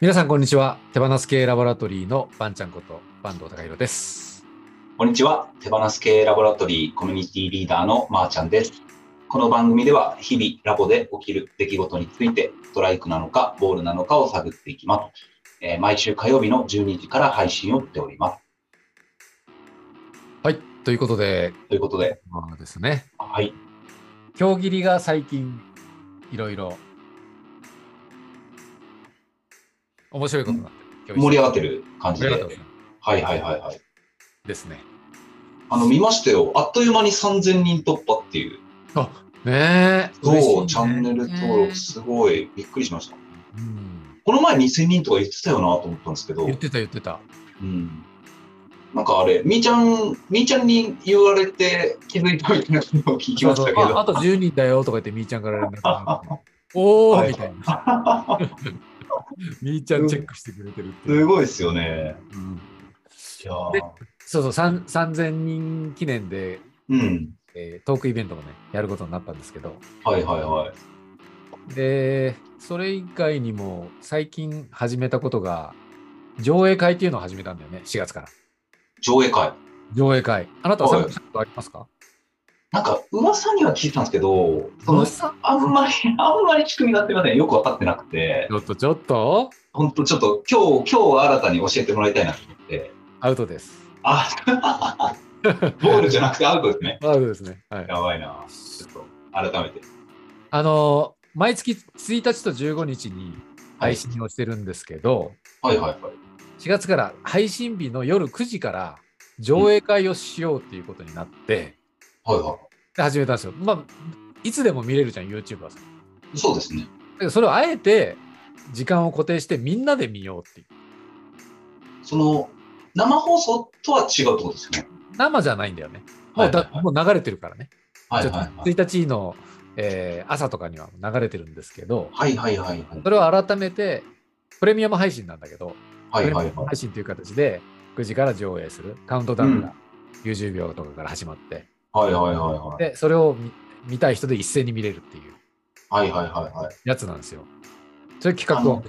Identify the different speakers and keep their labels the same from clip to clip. Speaker 1: 皆さんこんにちは手放す系ラボラトリーのばんちゃんこと坂東隆弘です
Speaker 2: こんにちは。手放す系ラボラトリーコミュニティリーダーのまーちゃんです。この番組では日々ラボで起きる出来事について、ストライクなのかボールなのかを探っていきます。えー毎週火曜日の12時から配信をしております。
Speaker 1: はいということで
Speaker 2: ということで、
Speaker 1: まあですね
Speaker 2: はい。
Speaker 1: 競技りが最近いろいろ面白いことになって
Speaker 2: 盛り上がって
Speaker 1: る
Speaker 2: る感じ
Speaker 1: 盛り
Speaker 2: で。
Speaker 1: 上がってま
Speaker 2: はい
Speaker 1: すね
Speaker 2: はいはいはい。
Speaker 1: ですね
Speaker 2: あの、見ましたよ。あっという間に3000人突破っていう。
Speaker 1: あねえ
Speaker 2: そう、
Speaker 1: 嬉しいね
Speaker 2: チャンネル登録すごいびっくりしました。
Speaker 1: うん
Speaker 2: この前2000人とか言ってたよなと思ったんですけど。
Speaker 1: 言ってた言ってた
Speaker 2: うんなんかあれ、みーちゃん、みーちゃんに言われて気づいたみたいなことを聞きましたけど、
Speaker 1: そうそうああと10人だよとか言ってみーちゃんから連絡が あっておーみたいなみーちゃんチェックしてくれてるっていう
Speaker 2: すごいですよね。
Speaker 1: うん
Speaker 2: いやー
Speaker 1: でそうそう、さん3000人記念で、
Speaker 2: うん。
Speaker 1: えートークイベントもね、やることになったんですけど、
Speaker 2: はいはいはい。
Speaker 1: で、それ以外にも、最近始めたことが、上映会っていうのを始めたんだよね、4月から。
Speaker 2: 上映会。
Speaker 1: 上映会。あなたは参
Speaker 2: は
Speaker 1: 加
Speaker 2: い
Speaker 1: したことありますか
Speaker 2: なんか、噂には聞いたんですけど、その
Speaker 1: 噂
Speaker 2: あんまり、 あんまり仕組みになってません。よく分かってなくて
Speaker 1: ち、ょっと、ちょっと、
Speaker 2: ほんとちょっと今日、今日新たに教えてもらいたいなと思って。
Speaker 1: アウトです。
Speaker 2: あ、ボールじゃなくてアウトですね。
Speaker 1: アウトですね。はい。
Speaker 2: やばいな。ちょっと、改めて。
Speaker 1: あのー、毎月1日と15日に配信をしてるんですけど、
Speaker 2: はいはいはい。
Speaker 1: 4月から配信日の夜9時から上映会をしようっていうことになって、
Speaker 2: はいは
Speaker 1: で始めたんですよ。まあ、いつでも見れるじゃん、YouTube はさ。だ
Speaker 2: い。そうですね。
Speaker 1: けど、それをあえて、時間を固定してみんなで見ようっていう。
Speaker 2: その生放送とは違うってことですよね。
Speaker 1: 生じゃないんだよね。もうだ、
Speaker 2: はいはいはい
Speaker 1: もう流れてるからね。
Speaker 2: はいはいはい。
Speaker 1: ちょっと1日の、えー朝とかには流れてるんですけど、
Speaker 2: はいはいはいはい。
Speaker 1: それを改めて、プレミアム配信なんだけど、
Speaker 2: はい
Speaker 1: プレミアム
Speaker 2: はいはい。
Speaker 1: 配信という形で、9時から上映する。カウントダウンが90秒とかから始まって、
Speaker 2: はいはいはいはい。
Speaker 1: で、それを見見たい人で一斉に見れるっていう
Speaker 2: はいはいはいはい。
Speaker 1: やつなんですよ。そういう企画を。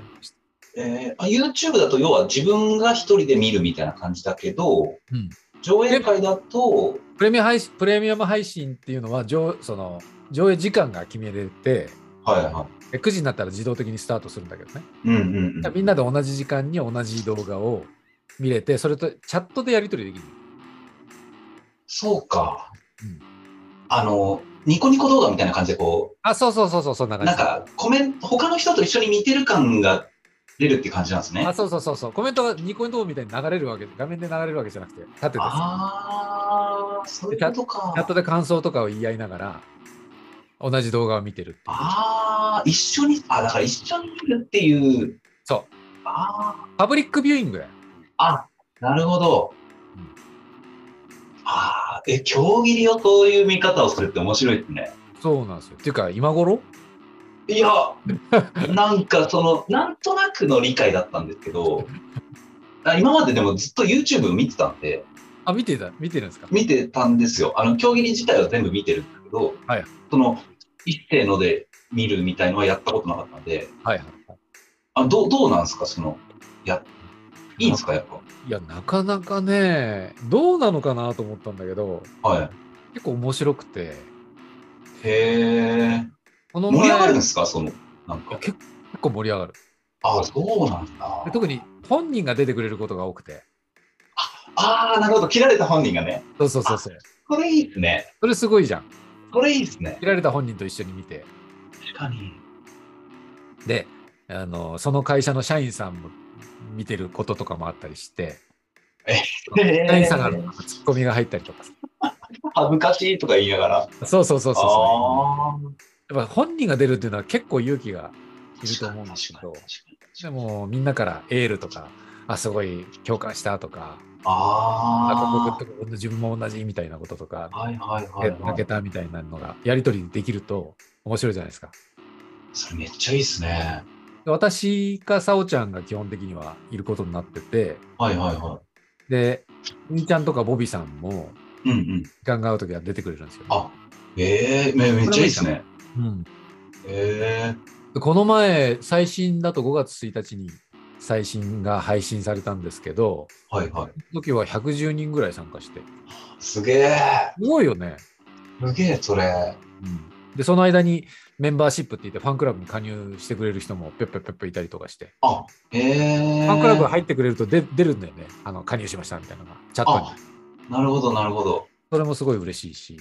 Speaker 2: えーあ、YouTube だと要は自分が一人で見るみたいな感じだけど、
Speaker 1: うん
Speaker 2: 上映会だと、
Speaker 1: プレミア配信プレミアム配信っていうのは上その上映時間が決めれて
Speaker 2: はいは
Speaker 1: で9時になったら自動的にスタートするんだけどね
Speaker 2: い。うんうんうん。
Speaker 1: みんなで同じ時間に同じ動画を見れてそれとチャットでやり取りできる
Speaker 2: そうか
Speaker 1: うん。
Speaker 2: あの、ニコニコ動画みたいな感じでこ
Speaker 1: あそうそうそうそうそんな
Speaker 2: う、
Speaker 1: 感じ
Speaker 2: なんかコメント、他の人と一緒に見てる感が出るって感じなんですね。
Speaker 1: あそうそうそうそうコメントがニコニコみたいに流れるわけで画面で流れるわけじゃなくて立っててチ
Speaker 2: ああ、そういうことか。
Speaker 1: ャットで感想とかを言い合いながら同じ動画を見てるっていう
Speaker 2: ああ、一緒に、あ、だから一緒に見るっていう。
Speaker 1: そ
Speaker 2: あ
Speaker 1: うパブリックビューイングだよ
Speaker 2: あ、あ、なるほど。
Speaker 1: うん
Speaker 2: ああ、え、競技利をそういう見方をするって面白いですね。
Speaker 1: そうなんですよっていうか今頃
Speaker 2: いや、 なんかその、なんとなくの理解だったんですけど、あ今まででもずっと YouTube 見てたんで、
Speaker 1: あ見てた見てるんですか
Speaker 2: 見てたんですよ。あの、競技利自体は全部見てるんだけど、
Speaker 1: はい
Speaker 2: その、一定ので見るみたいのはやったことなかったんで、
Speaker 1: はいはい
Speaker 2: あどうどうなんですか、その、や、いいんですか、やっぱ。
Speaker 1: いや、なかなかね、どうなのかなと思ったんだけど、
Speaker 2: は
Speaker 1: 結構面白くて、
Speaker 2: い。へえ。
Speaker 1: この
Speaker 2: 盛り上がるんで
Speaker 1: 結
Speaker 2: すかその、なんか。
Speaker 1: 構盛り上がる。
Speaker 2: あ、そうなんだ
Speaker 1: で。特に本人が出てくれることが多くて。
Speaker 2: ああ、なるほど。切られた本人がね。
Speaker 1: そうそうそうそう。
Speaker 2: これいいですね。
Speaker 1: それすごいじゃん。
Speaker 2: これいいですね。
Speaker 1: 切られた本人と一緒に見て。
Speaker 2: 確かに。
Speaker 1: で、あの、その会社の社員さんも見てることとかもあったりして、
Speaker 2: え
Speaker 1: 社員さんがなんかツッコミが入ったりとかさ
Speaker 2: 恥ずかしいとか言いながら。
Speaker 1: そうそうそうそうそ
Speaker 2: ああ。
Speaker 1: う。やっぱ本人が出るっていうのは結構勇気がいると思うんですけど
Speaker 2: 確かに確かに確か、に確
Speaker 1: で
Speaker 2: かに
Speaker 1: もみんなからエールとか、あ、すごい共感したとか、
Speaker 2: あ
Speaker 1: 僕と自分も同じみたいなこととか
Speaker 2: あ。、はいはいはい、
Speaker 1: え負
Speaker 2: は
Speaker 1: け
Speaker 2: い。
Speaker 1: たみたいなのがやり取りできると面白いじゃないですか。
Speaker 2: それめっちゃいいですね。
Speaker 1: で私かさおちゃんが基本的にはいることになってて、
Speaker 2: はいはいは
Speaker 1: で、みーちゃんとかボビーさんも
Speaker 2: い。うんうん。
Speaker 1: 時間が合うときは出てくれるんですよ。
Speaker 2: あ、ええめめっちゃいいですね。
Speaker 1: うん
Speaker 2: ええ
Speaker 1: でこの前、最新だと5月1日に最新が配信されたんですけど、
Speaker 2: はいはい。
Speaker 1: その時は110人ぐらい参加して。す
Speaker 2: すげえ。
Speaker 1: ごいよね。
Speaker 2: すげえ、それ。
Speaker 1: で、その間にメンバーシップって言ってファンクラブに加入してくれる人もぴょっぴょっぴょっぴょいたりとかして、
Speaker 2: あ、ええー。
Speaker 1: ファンクラブ入ってくれると出出るんだよね。あの、加入しましたみたいなのが、チャットに。
Speaker 2: あ、なるほど、なるほど。
Speaker 1: それもすごい嬉しいし。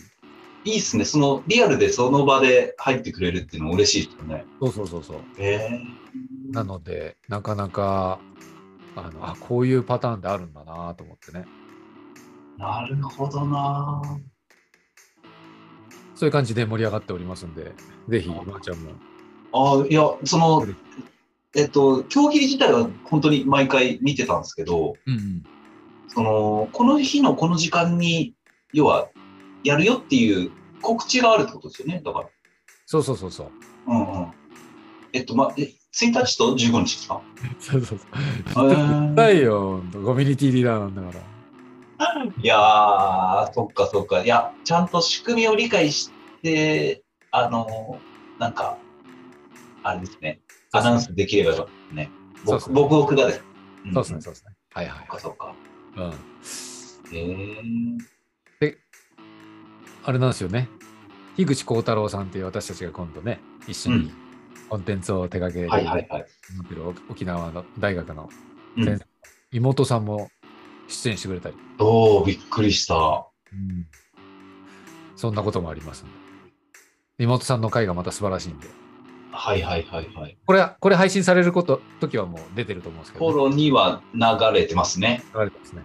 Speaker 2: いいっすね。その、リアルでその場で入ってくれるっていうのも嬉しいですよね。
Speaker 1: そうそうそうそう。
Speaker 2: ええ
Speaker 1: なので、なかなか、あのあこういうパターンであるんだなと思ってね。
Speaker 2: なるほどなぁ。
Speaker 1: そういう感じで盛り上がっておりますんで、ぜひ、
Speaker 2: あ
Speaker 1: まーちゃんも。
Speaker 2: あいや、その、えっと、競技自体は本当に毎回見てたんですけど、
Speaker 1: うん
Speaker 2: その、この日のこの時間に、要は、やるよっていう告知があるってことですよね、だから。
Speaker 1: そうそうそうそう。
Speaker 2: うんうん。えっと、ま、え、1日と15日です か
Speaker 1: そうそうそう。
Speaker 2: えー
Speaker 1: ないよ、コミュニティリーダーなんだから。
Speaker 2: いやー、そっかそっか。いや、ちゃんと仕組みを理解して、あの、なんか、あれですね、アナウンスできればよかったですね。
Speaker 1: そう
Speaker 2: 僕、
Speaker 1: そう
Speaker 2: 僕、僕がです。ん
Speaker 1: そうですね、そうですね。はいは
Speaker 2: そ
Speaker 1: い
Speaker 2: っかそっか。
Speaker 1: はい。うん。
Speaker 2: えー、
Speaker 1: あれなんですよね。樋口幸太郎さんっていう私たちが今度ね、一緒
Speaker 2: う
Speaker 1: に
Speaker 2: ん
Speaker 1: コンテンツを手掛け
Speaker 2: はいはいはい。
Speaker 1: てる沖縄の大学の
Speaker 2: うん
Speaker 1: 先生妹さんも出演してくれたり、
Speaker 2: おー、びっくりした。
Speaker 1: そんなこともありますんで。妹さんの回がまた素晴らしいんで。
Speaker 2: はいはいはいはい。
Speaker 1: これ、これ配信されること、時はもう出てると思うんですけど、ね、
Speaker 2: 頃には流れてますね。
Speaker 1: 流れてますね。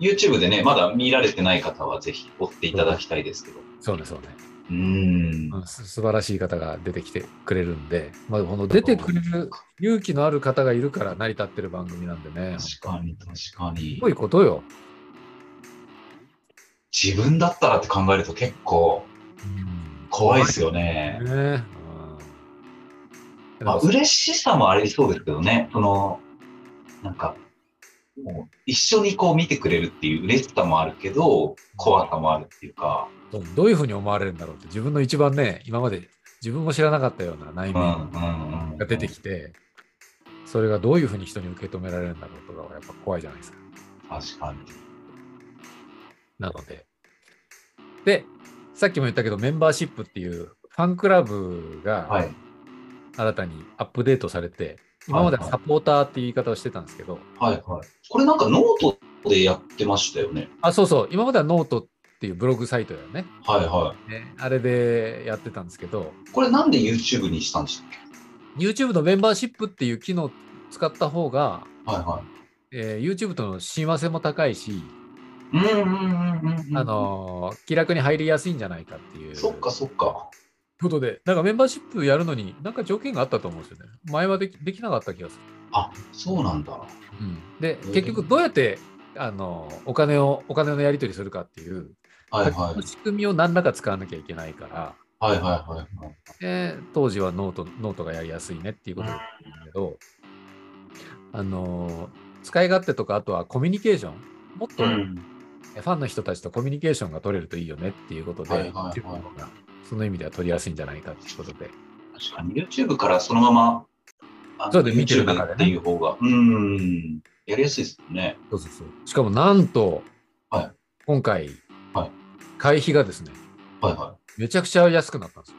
Speaker 2: YouTube でね、まだ見られてない方はぜひ追っていただきたいですけど。
Speaker 1: そうね、そうね。
Speaker 2: うーん。
Speaker 1: うんす素晴らしい方が出てきてくれるんで、まあ、この出てくれる勇気のある方がいるから成り立ってる番組なんでね、す
Speaker 2: 確かに確かに
Speaker 1: ご。いことよ。
Speaker 2: 自分だったらって考えると結構怖いですよね。
Speaker 1: ね。うん
Speaker 2: まあ、嬉しさもありそうですけどね。その、なんか、もう一緒にこう見てくれるっていう嬉しさもあるけど、怖さもあるっていうか。
Speaker 1: どどういうふうに思われるんだろうって、自分の一番ね、今まで自分も知らなかったような内
Speaker 2: うん
Speaker 1: 面
Speaker 2: うんうん。
Speaker 1: が出てきて、それがどういうふうに人に受け止められるんだろうとかはやっぱ怖いじゃないですか。
Speaker 2: 確かに。
Speaker 1: なので。で、さっきも言ったけど、メンバーシップっていうファンクラブ
Speaker 2: は
Speaker 1: が
Speaker 2: い。
Speaker 1: 新たにアップデートされて、今まではサポーターっていう言い方をしてたんですけど、
Speaker 2: はいはい。これなんかノートでやってましたよね。
Speaker 1: あ、そうそう、今まではノートっていうブログサイトだよね。
Speaker 2: はいは
Speaker 1: ねあれでやってたんですけど、
Speaker 2: い。これなんで YouTube にしたんでしたっけ
Speaker 1: YouTube のメンバーシップっていう機能を使った方が、
Speaker 2: はいは
Speaker 1: えー YouTube との親和性も高いし、
Speaker 2: い。うんうんうんうんうん。
Speaker 1: あ、のー気楽に入りやすいんじゃないかっていう
Speaker 2: そっかそっか。
Speaker 1: ことで、なんかメンバーシップやるのに、なんか条件があったと思うんですよね。前はできできなかった気がす
Speaker 2: あ、そうなんだ。
Speaker 1: る。で
Speaker 2: う、ん
Speaker 1: 結局どうやって、あのーお金を、お金のやり取りするかっていう、
Speaker 2: はいは
Speaker 1: 仕組みを何らか使わなきゃいけないから、
Speaker 2: い。はいはいはいはい。
Speaker 1: で当時はノートノートがやりやすいねっていうことだったんだけど、あの使い勝手とかあとはコミュニケーションもっと
Speaker 2: う
Speaker 1: フ
Speaker 2: ん。
Speaker 1: ァンの人たちとコミュニケーションが取れるといいよねっていうことで、
Speaker 2: はいはいはい
Speaker 1: YouTube の方がその意味では取りやすいんじゃないかっていうことで
Speaker 2: 確かに YouTube からそのまま、あの
Speaker 1: そうだね見てる
Speaker 2: YouTube
Speaker 1: 中でね
Speaker 2: っていう方が、うん、やりやすいですよね。
Speaker 1: そうそうそうしかもなんと、
Speaker 2: はい
Speaker 1: 今回、
Speaker 2: はい
Speaker 1: 会費がですね
Speaker 2: はいは
Speaker 1: めちゃくちゃ安くなったんですよ、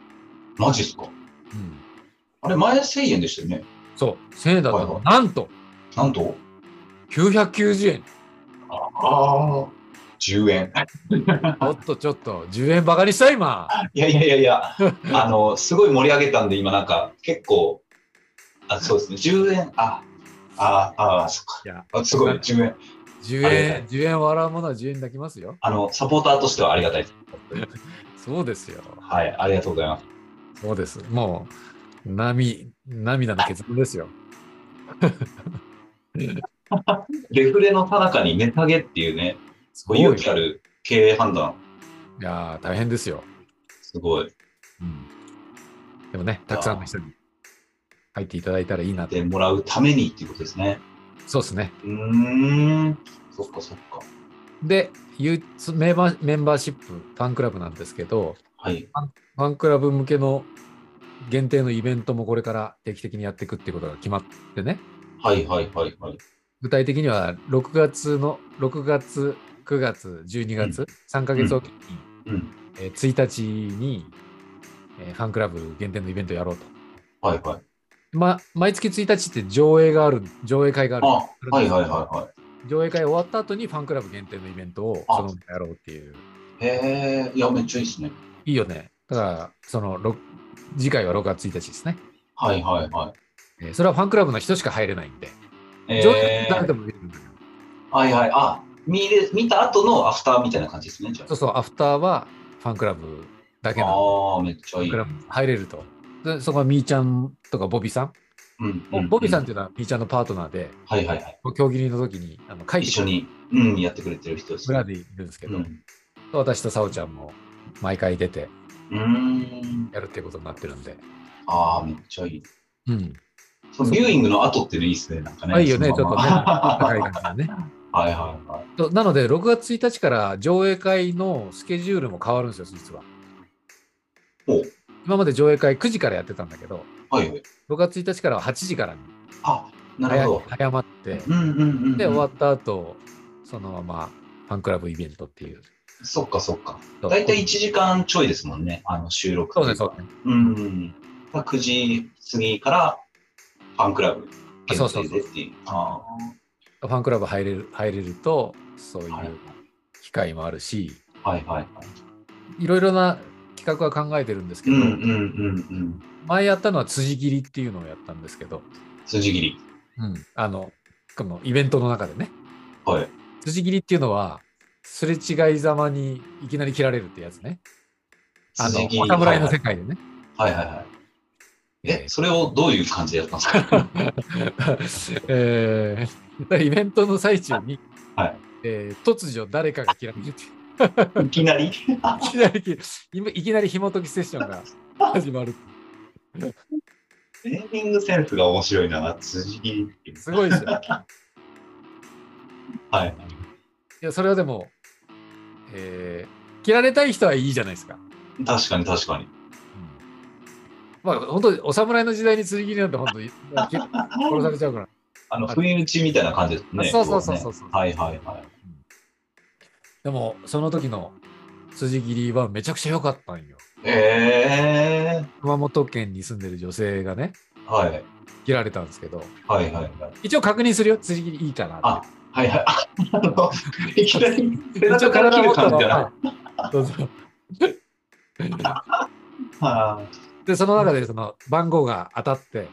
Speaker 2: い。マジっすか
Speaker 1: うん、
Speaker 2: あれ、前1000円でしたよね。
Speaker 1: そう1000円だったのが、
Speaker 2: はい
Speaker 1: なんと
Speaker 2: なんと
Speaker 1: 990円
Speaker 2: ああ、10円。
Speaker 1: ちょっとちょっと10円バカにした今
Speaker 2: いやいやいやいや、 あの、すごい盛り上げたんで、今なんか、結構、あ、そうですね、10円、あ、ああ、あ、そっか。
Speaker 1: いや
Speaker 2: あすごい、10円。
Speaker 1: 10
Speaker 2: ありがた
Speaker 1: 円、
Speaker 2: い
Speaker 1: 10円笑うものは10円抱きますよ。
Speaker 2: あの、サポーターとしてはありがたいです。
Speaker 1: そうですよ。
Speaker 2: はい、ありがとうございます。
Speaker 1: そうです。もう、涙、涙の結論ですよ。
Speaker 2: デフレの最中に値下げっていうね、
Speaker 1: す
Speaker 2: こう勇気ある経営判断、
Speaker 1: いやー、大変ですよ。
Speaker 2: すごい。
Speaker 1: うん。でもね、たくさんの人に入っていただいたらいいな
Speaker 2: で
Speaker 1: て。
Speaker 2: もらうためにっていうことですね。
Speaker 1: そうですね。
Speaker 2: うーん、そっかそっか。
Speaker 1: で、ゆうメンバーメンバーシップ、ファンクラブなんですけど、
Speaker 2: はい。
Speaker 1: ファンクラブ向けの限定のイベントもこれから定期的にやっていくっていうことが決まってね。
Speaker 2: はいはいはいはい。
Speaker 1: 具体的には6月の6月9月12月、3ヶ月おきに、
Speaker 2: うん。
Speaker 1: えー1日に、えーファンクラブ限定のイベントやろうと。
Speaker 2: はいはい。
Speaker 1: ま、毎月1日って上映がある、上映会がある。
Speaker 2: あ、はいはいはいは
Speaker 1: 上映会終わった後にファンクラブ限定のイベントを
Speaker 2: あ
Speaker 1: そのままやろうっていう。
Speaker 2: い。へえ、いや、めっちゃいいですね。
Speaker 1: いいよね。だから、その、ろ次回は6月1日ですね、
Speaker 2: はいはいは
Speaker 1: えーそれはファンクラブの人しか入れないんで。
Speaker 2: い。
Speaker 1: 上映
Speaker 2: え
Speaker 1: 誰で
Speaker 2: ー、
Speaker 1: も見れるんだけど。
Speaker 2: はいはい。あ、見れ見た後のアフターみたいな感じですね、じゃ
Speaker 1: そうそう、アフターはファンクラブだけ
Speaker 2: あ。
Speaker 1: なの。
Speaker 2: ああ、めっちゃ
Speaker 1: ファ
Speaker 2: い
Speaker 1: ン
Speaker 2: い。
Speaker 1: ク
Speaker 2: う
Speaker 1: ラ
Speaker 2: ん
Speaker 1: ブ入れると。でそこはみーちゃんとかボビーさん。
Speaker 2: うん。
Speaker 1: ボビーさんっ
Speaker 2: う
Speaker 1: ていうのはみーちゃんのパートナーで、
Speaker 2: はいはいはい。
Speaker 1: 競技人の時にあの書いて
Speaker 2: 一緒に、うん、やってくれてる人ですね
Speaker 1: 村。でいるんですけ
Speaker 2: う
Speaker 1: ど、
Speaker 2: ん。
Speaker 1: 私とさおちゃんも毎回出て
Speaker 2: うーん。
Speaker 1: やるっていうことになってるんで。
Speaker 2: ああ、めっちゃいい。
Speaker 1: うん。
Speaker 2: そのビューイングの後っていうのいいですね、なんかね。
Speaker 1: あいいよね
Speaker 2: そのまま
Speaker 1: ちょっと高い
Speaker 2: は
Speaker 1: 感じだね。
Speaker 2: いはいは
Speaker 1: となので、6月1日から上映会のスケジュールも変わるんですよ、実は。
Speaker 2: い。お
Speaker 1: 今まで上映会9時からやってたんだけど、
Speaker 2: はいはい。
Speaker 1: 6月1日からは8時からに
Speaker 2: あ、なる
Speaker 1: 早
Speaker 2: ほ
Speaker 1: い
Speaker 2: ど。
Speaker 1: 早まって、
Speaker 2: うんうんうんうん。
Speaker 1: で、終わった後、そのままファンクラブイベントっていう。
Speaker 2: そっかそっか。だいたい1時間ちょいですもんね、あの収録。
Speaker 1: そうね、そうね。
Speaker 2: うんうん。9時過ぎからファンクラブ
Speaker 1: あそうそう
Speaker 2: 限定でっていう。あ
Speaker 1: ファンクラブ入れる入れると、そうい
Speaker 2: あはいは
Speaker 1: う機会もあるし、
Speaker 2: いはいはい。
Speaker 1: いろいろな企画は考えてるんですけ
Speaker 2: うん
Speaker 1: ど、
Speaker 2: うんうんうん。
Speaker 1: 前やったのは辻切りっていうのをやったんですけど、
Speaker 2: 筋切り。
Speaker 1: あの、このイベントの中でね、
Speaker 2: はい。
Speaker 1: 辻切りっていうのは、すれ違いざまにいきなり切られるってやつね。あの、
Speaker 2: 筋切
Speaker 1: お
Speaker 2: り。
Speaker 1: 侍の世界でね。
Speaker 2: はいはいはい。え
Speaker 1: え、
Speaker 2: それをどういう感じでやったんですか
Speaker 1: ー えーだからイベントの最中に、
Speaker 2: はい
Speaker 1: えー突如誰かが切られるっていう。
Speaker 2: いきなり
Speaker 1: いきなり切る、いきなり紐解きセッションが始まる。
Speaker 2: ネーミングセンスが面白いな、辻切りっていう。
Speaker 1: すごいですよ。
Speaker 2: はい。
Speaker 1: いや、それはでも、えー、切られたい人はいいじゃないですか。
Speaker 2: 確かに確かに。
Speaker 1: まあ、本当にお侍の時代に釣り切りなんて、本当 に殺されちゃうから。
Speaker 2: あの、不意打ちみたいな感じですね。
Speaker 1: そうそうそうそうそう
Speaker 2: こねはいはいはい。
Speaker 1: でも、その時の辻切りはめちゃくちゃ良かったんよ。
Speaker 2: ええ
Speaker 1: 熊本県に住んでる女性がね、
Speaker 2: ー。はい。
Speaker 1: 切られたんですけど、
Speaker 2: はいはいはい。
Speaker 1: 一応確認するよ、辻切りいいかなっ
Speaker 2: あ、はいはい。ああの、いきなり
Speaker 1: て。
Speaker 2: 背中から切る感じじゃな
Speaker 1: はいそうそう
Speaker 2: い。は
Speaker 1: で、その中でその番号が当たって、
Speaker 2: い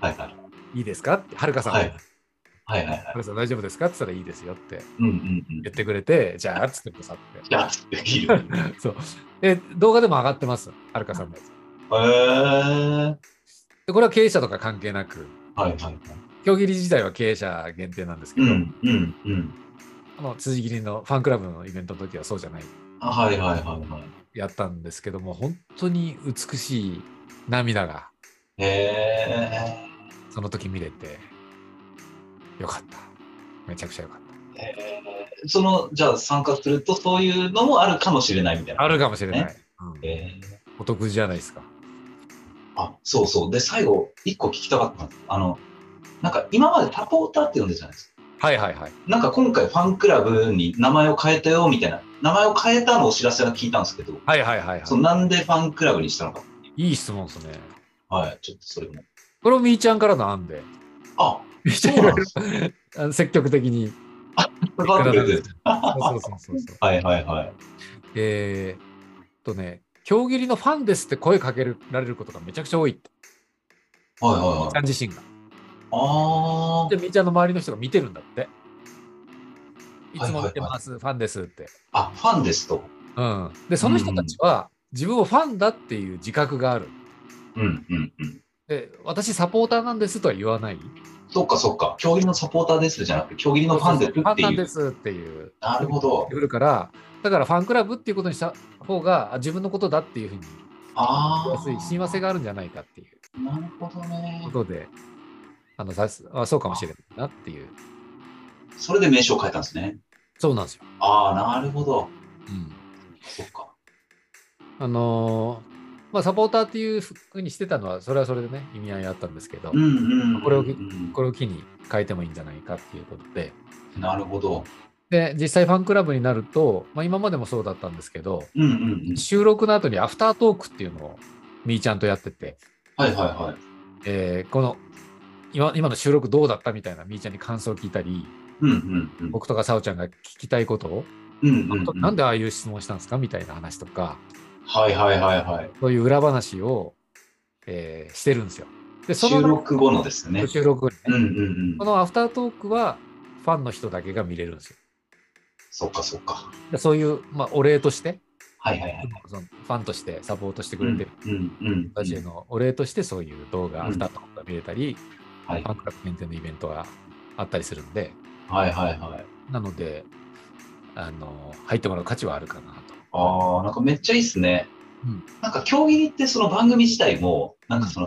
Speaker 2: はいはい。
Speaker 1: いいですかって、はるかさん、
Speaker 2: は
Speaker 1: はい
Speaker 2: はいはいはい。
Speaker 1: るかさん大丈夫ですかって言ったらいいですよって
Speaker 2: うんうんうん。
Speaker 1: 言ってくれて、じゃあ、つってくださって。
Speaker 2: いや、つっていいよ。え
Speaker 1: そう。で、動画でも上がってます、はるかさんのやつ。
Speaker 2: えー。はい
Speaker 1: で、これは経営者とか関係なく、
Speaker 2: はいはい。
Speaker 1: 競技理自体は経営者限定なんですけ
Speaker 2: う
Speaker 1: ど、
Speaker 2: んうんうん。
Speaker 1: あの辻切りのファンクラブのイベントの時はそうじゃない、
Speaker 2: あはいはいはいはい。
Speaker 1: やったんですけども、本当に美しい涙が、
Speaker 2: ええ
Speaker 1: その時見れて、よかった。めちゃくちゃよかっ
Speaker 2: ー。えーその、じゃあ参加すると、そういうのもあるかもしれないみたい
Speaker 1: た。
Speaker 2: な。
Speaker 1: あるかもしれない。うん
Speaker 2: えー
Speaker 1: お得じゃないですか。
Speaker 2: あ、そうそう。で、最後、一個聞きたかったのあの、なんか今までサポーターって呼んでたじゃないですか。
Speaker 1: はいはいはい。
Speaker 2: なんか今回ファンクラブに名前を変えたよ、みたいな。名前を変えたのお知らせが聞いたんですけど、
Speaker 1: はいはいはい、
Speaker 2: そ
Speaker 1: は
Speaker 2: のなんでファンクラブにしたのか。
Speaker 1: い。いい質問ですね。
Speaker 2: はい、ちょっとそれも。
Speaker 1: これもみーちゃんからの案で。
Speaker 2: あ、
Speaker 1: みーち
Speaker 2: そ
Speaker 1: ゃ
Speaker 2: うん
Speaker 1: いろ
Speaker 2: ない んですね。
Speaker 1: ろあの積極的に。
Speaker 2: 関わってくれてる
Speaker 1: そうそうそうそう。
Speaker 2: はいはいはい。
Speaker 1: えー、とね、競技入りのファンですって声かけられることがめちゃくちゃ多いって、
Speaker 2: はい
Speaker 1: み
Speaker 2: はい
Speaker 1: ーち
Speaker 2: は
Speaker 1: ゃ
Speaker 2: い。
Speaker 1: ん自身が。
Speaker 2: あ
Speaker 1: で、みーちゃんの周りの人が見てるんだって。いつも見てます、ファンですって。
Speaker 2: あ、あ、ファンですと。
Speaker 1: うん。で、その人たちは、自分をファンだっていう自覚がある。
Speaker 2: うんうんうん。
Speaker 1: で、私サポーターなんですとは言わない。
Speaker 2: そっかそっか。競技のサポーターですじゃなくて、競技のファンです
Speaker 1: ファ
Speaker 2: っ
Speaker 1: ン
Speaker 2: て
Speaker 1: なん
Speaker 2: い
Speaker 1: で
Speaker 2: う。
Speaker 1: すっていう。
Speaker 2: なるほど
Speaker 1: く。るから、だからファンクラブっていうことにした方が、あ自分のことだっていうふうに
Speaker 2: あ
Speaker 1: 言いやすい、親和性
Speaker 2: あ。
Speaker 1: があるんじゃないかっていう
Speaker 2: なるほどね
Speaker 1: こ。とで、あの、さすあそうかもしれないなっていう。
Speaker 2: それで名称変えたんですね。
Speaker 1: そうなんですよ。
Speaker 2: ああ、なるほど。
Speaker 1: うん
Speaker 2: そっか。
Speaker 1: あのーまあ、サポーターっていうふうにしてたのは、それはそれでね、意味合いあったんですけど、
Speaker 2: うんうんうん
Speaker 1: これを
Speaker 2: うん
Speaker 1: これを機に変えてもいいんじゃないかっていうことで、
Speaker 2: なるほど。
Speaker 1: で、実際ファンクラブになると、まあ、今までもそうだったんですけど、
Speaker 2: うんうんうん。
Speaker 1: 収録の後にアフタートークっていうのを、みーちゃんとやってて、
Speaker 2: はいはいはい。
Speaker 1: えーこの今今の収録どうだったみたいなみーちゃんに感想を聞いたり、
Speaker 2: うんうんうん。
Speaker 1: 僕とかさおちゃんが聞きたいことを、
Speaker 2: うんうん
Speaker 1: あと
Speaker 2: うん
Speaker 1: なんでああいう質問したんですかみたいな話とか、
Speaker 2: はいはいはいはい。
Speaker 1: そういう裏話を、えーしてるんですよ。で、そ
Speaker 2: 収
Speaker 1: の
Speaker 2: 録後のですね。
Speaker 1: 収録後にね
Speaker 2: うんうんう
Speaker 1: こ
Speaker 2: ん。
Speaker 1: のアフタートークはファンの人だけが見れるんですよ。
Speaker 2: そっかそっか。
Speaker 1: でそういう、まあ、お礼として、
Speaker 2: はいはいはい。
Speaker 1: そのファンとしてサポートしてく
Speaker 2: う
Speaker 1: れ
Speaker 2: ん
Speaker 1: てる
Speaker 2: うんうん。
Speaker 1: 人たちへのお礼として、そういう動画、
Speaker 2: うん
Speaker 1: アフタートークが見れたり、
Speaker 2: はい
Speaker 1: ファンクラブ限定のイベントがあったりするんで、
Speaker 2: はいはいはい。
Speaker 1: なので、あの入ってもらう価値はあるかなと。
Speaker 2: ああ、なんかめっちゃいいっすね。
Speaker 1: うん
Speaker 2: なんか競技ってその番組自体も、なんかその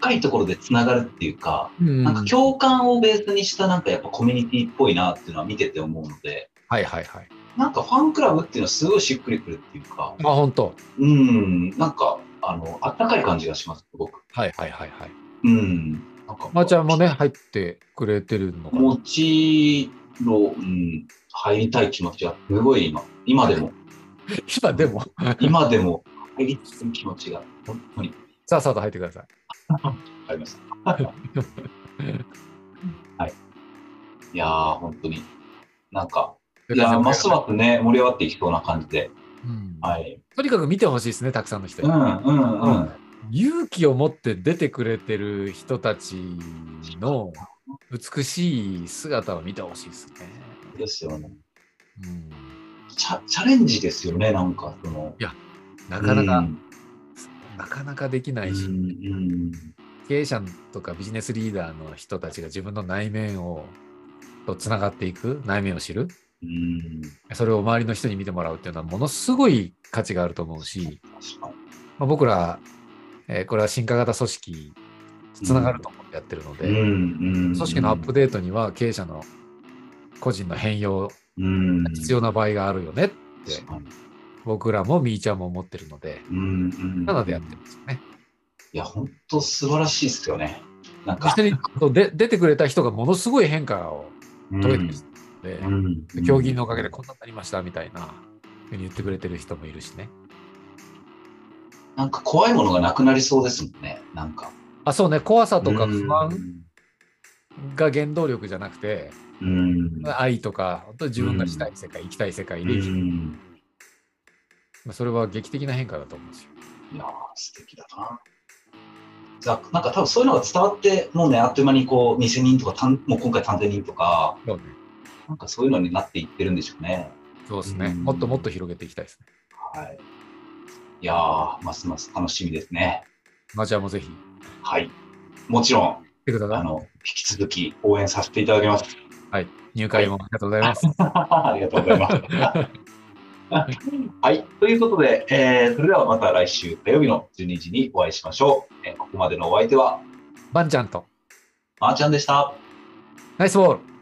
Speaker 2: 深いところでつながるっていうか、
Speaker 1: な
Speaker 2: なんか共感をベースにしたなんかやっぱコミュニティっぽいなっていうのは見てて思うので、
Speaker 1: はいはいはい。
Speaker 2: なんかファンクラブっていうのはすごいしっくりくるっていうか、
Speaker 1: あ、本当。
Speaker 2: うん、なんかあの、あったかい感じがします、すごく。
Speaker 1: はいはいはいはい。
Speaker 2: うん。なんか
Speaker 1: まーちゃんもね、入ってくれてるのか
Speaker 2: も
Speaker 1: な。
Speaker 2: ちろん、うん、入りたい気持ちがすごい今、今 でも、
Speaker 1: 今でも、
Speaker 2: 今でも入りたい気持ちが本当に
Speaker 1: さあさあと入ってください。
Speaker 2: あり ました。はい。いやー、本当に。なんか、いやー、ますますね、盛り上がっていきそうな感じで。
Speaker 1: うん
Speaker 2: はい。
Speaker 1: とにかく見てほしいですね、たくさんの人
Speaker 2: う
Speaker 1: に。
Speaker 2: ん、うん、うん。
Speaker 1: 勇気を持って出てくれてる人たちの美しい姿を見てほしいですね。
Speaker 2: ですよね。
Speaker 1: うん、
Speaker 2: チャチャレンジですよね、なんか、その。
Speaker 1: なかな
Speaker 2: う
Speaker 1: か、
Speaker 2: ん
Speaker 1: なかなかできな
Speaker 2: う
Speaker 1: いし、
Speaker 2: ん、
Speaker 1: 経営者とかビジネスリーダーの人たちが自分の内面をとつながっていく内面を知る
Speaker 2: うん。うん。
Speaker 1: それを周りの人に見てもらうっていうのはものすごい価値があると思うし、
Speaker 2: 確かに。
Speaker 1: まあ、僕ら、えーこれは進化型組織つながると思ってやってるので、
Speaker 2: うん、うん。
Speaker 1: 組織のアップデートには経営者の個人の変容
Speaker 2: うん。
Speaker 1: 必要な場合があるよねって
Speaker 2: 確かに。
Speaker 1: 僕らもみーちゃんも思ってるので
Speaker 2: うん、うん。
Speaker 1: なのでやってるんですよね。
Speaker 2: いや、本当素晴らしいですよね。なん
Speaker 1: そ
Speaker 2: か
Speaker 1: し、てそうで出てくれた人がものすごい変化を
Speaker 2: うん
Speaker 1: 遂げてきてるので、
Speaker 2: うん
Speaker 1: で競技のおかげでこんなになりましたみたいなふうに言ってくれてる人もいるしね。
Speaker 2: なんか怖いものがなくなりそうですもんね。なんか。
Speaker 1: あ、そうね、怖さとか
Speaker 2: うん
Speaker 1: 不安が原動力じゃなくて、
Speaker 2: うん。
Speaker 1: 愛とか、本当に自分がしたい世界、生きたい世界で生きる、
Speaker 2: うん
Speaker 1: まあそれは劇的な変化だと思うんですよ。
Speaker 2: いやー、素敵だな。じゃあなんか多分そういうのが伝わって、もうね、あっという間にこう、2000人とか、たんもう今回3000人とか、
Speaker 1: そうね。
Speaker 2: なんかそういうのになっていってるんでしょうね。
Speaker 1: そうですね。
Speaker 2: うん
Speaker 1: もっともっと広げていきたいですね。
Speaker 2: はい。いやー、ますます楽しみですね。
Speaker 1: マチュアもぜひ、
Speaker 2: はい。もちろん、
Speaker 1: 来てくだ
Speaker 2: あ
Speaker 1: さ
Speaker 2: の、引き続き応援させていただきます。
Speaker 1: い。はい。入会もありがとうございます。
Speaker 2: ありがとうございます。 はい。ということで、えーそれではまた来週火曜日の12時にお会いしましょう。えーここまでのお相手は、
Speaker 1: バンちゃんと、
Speaker 2: まーちゃんでした。
Speaker 1: ナイスボール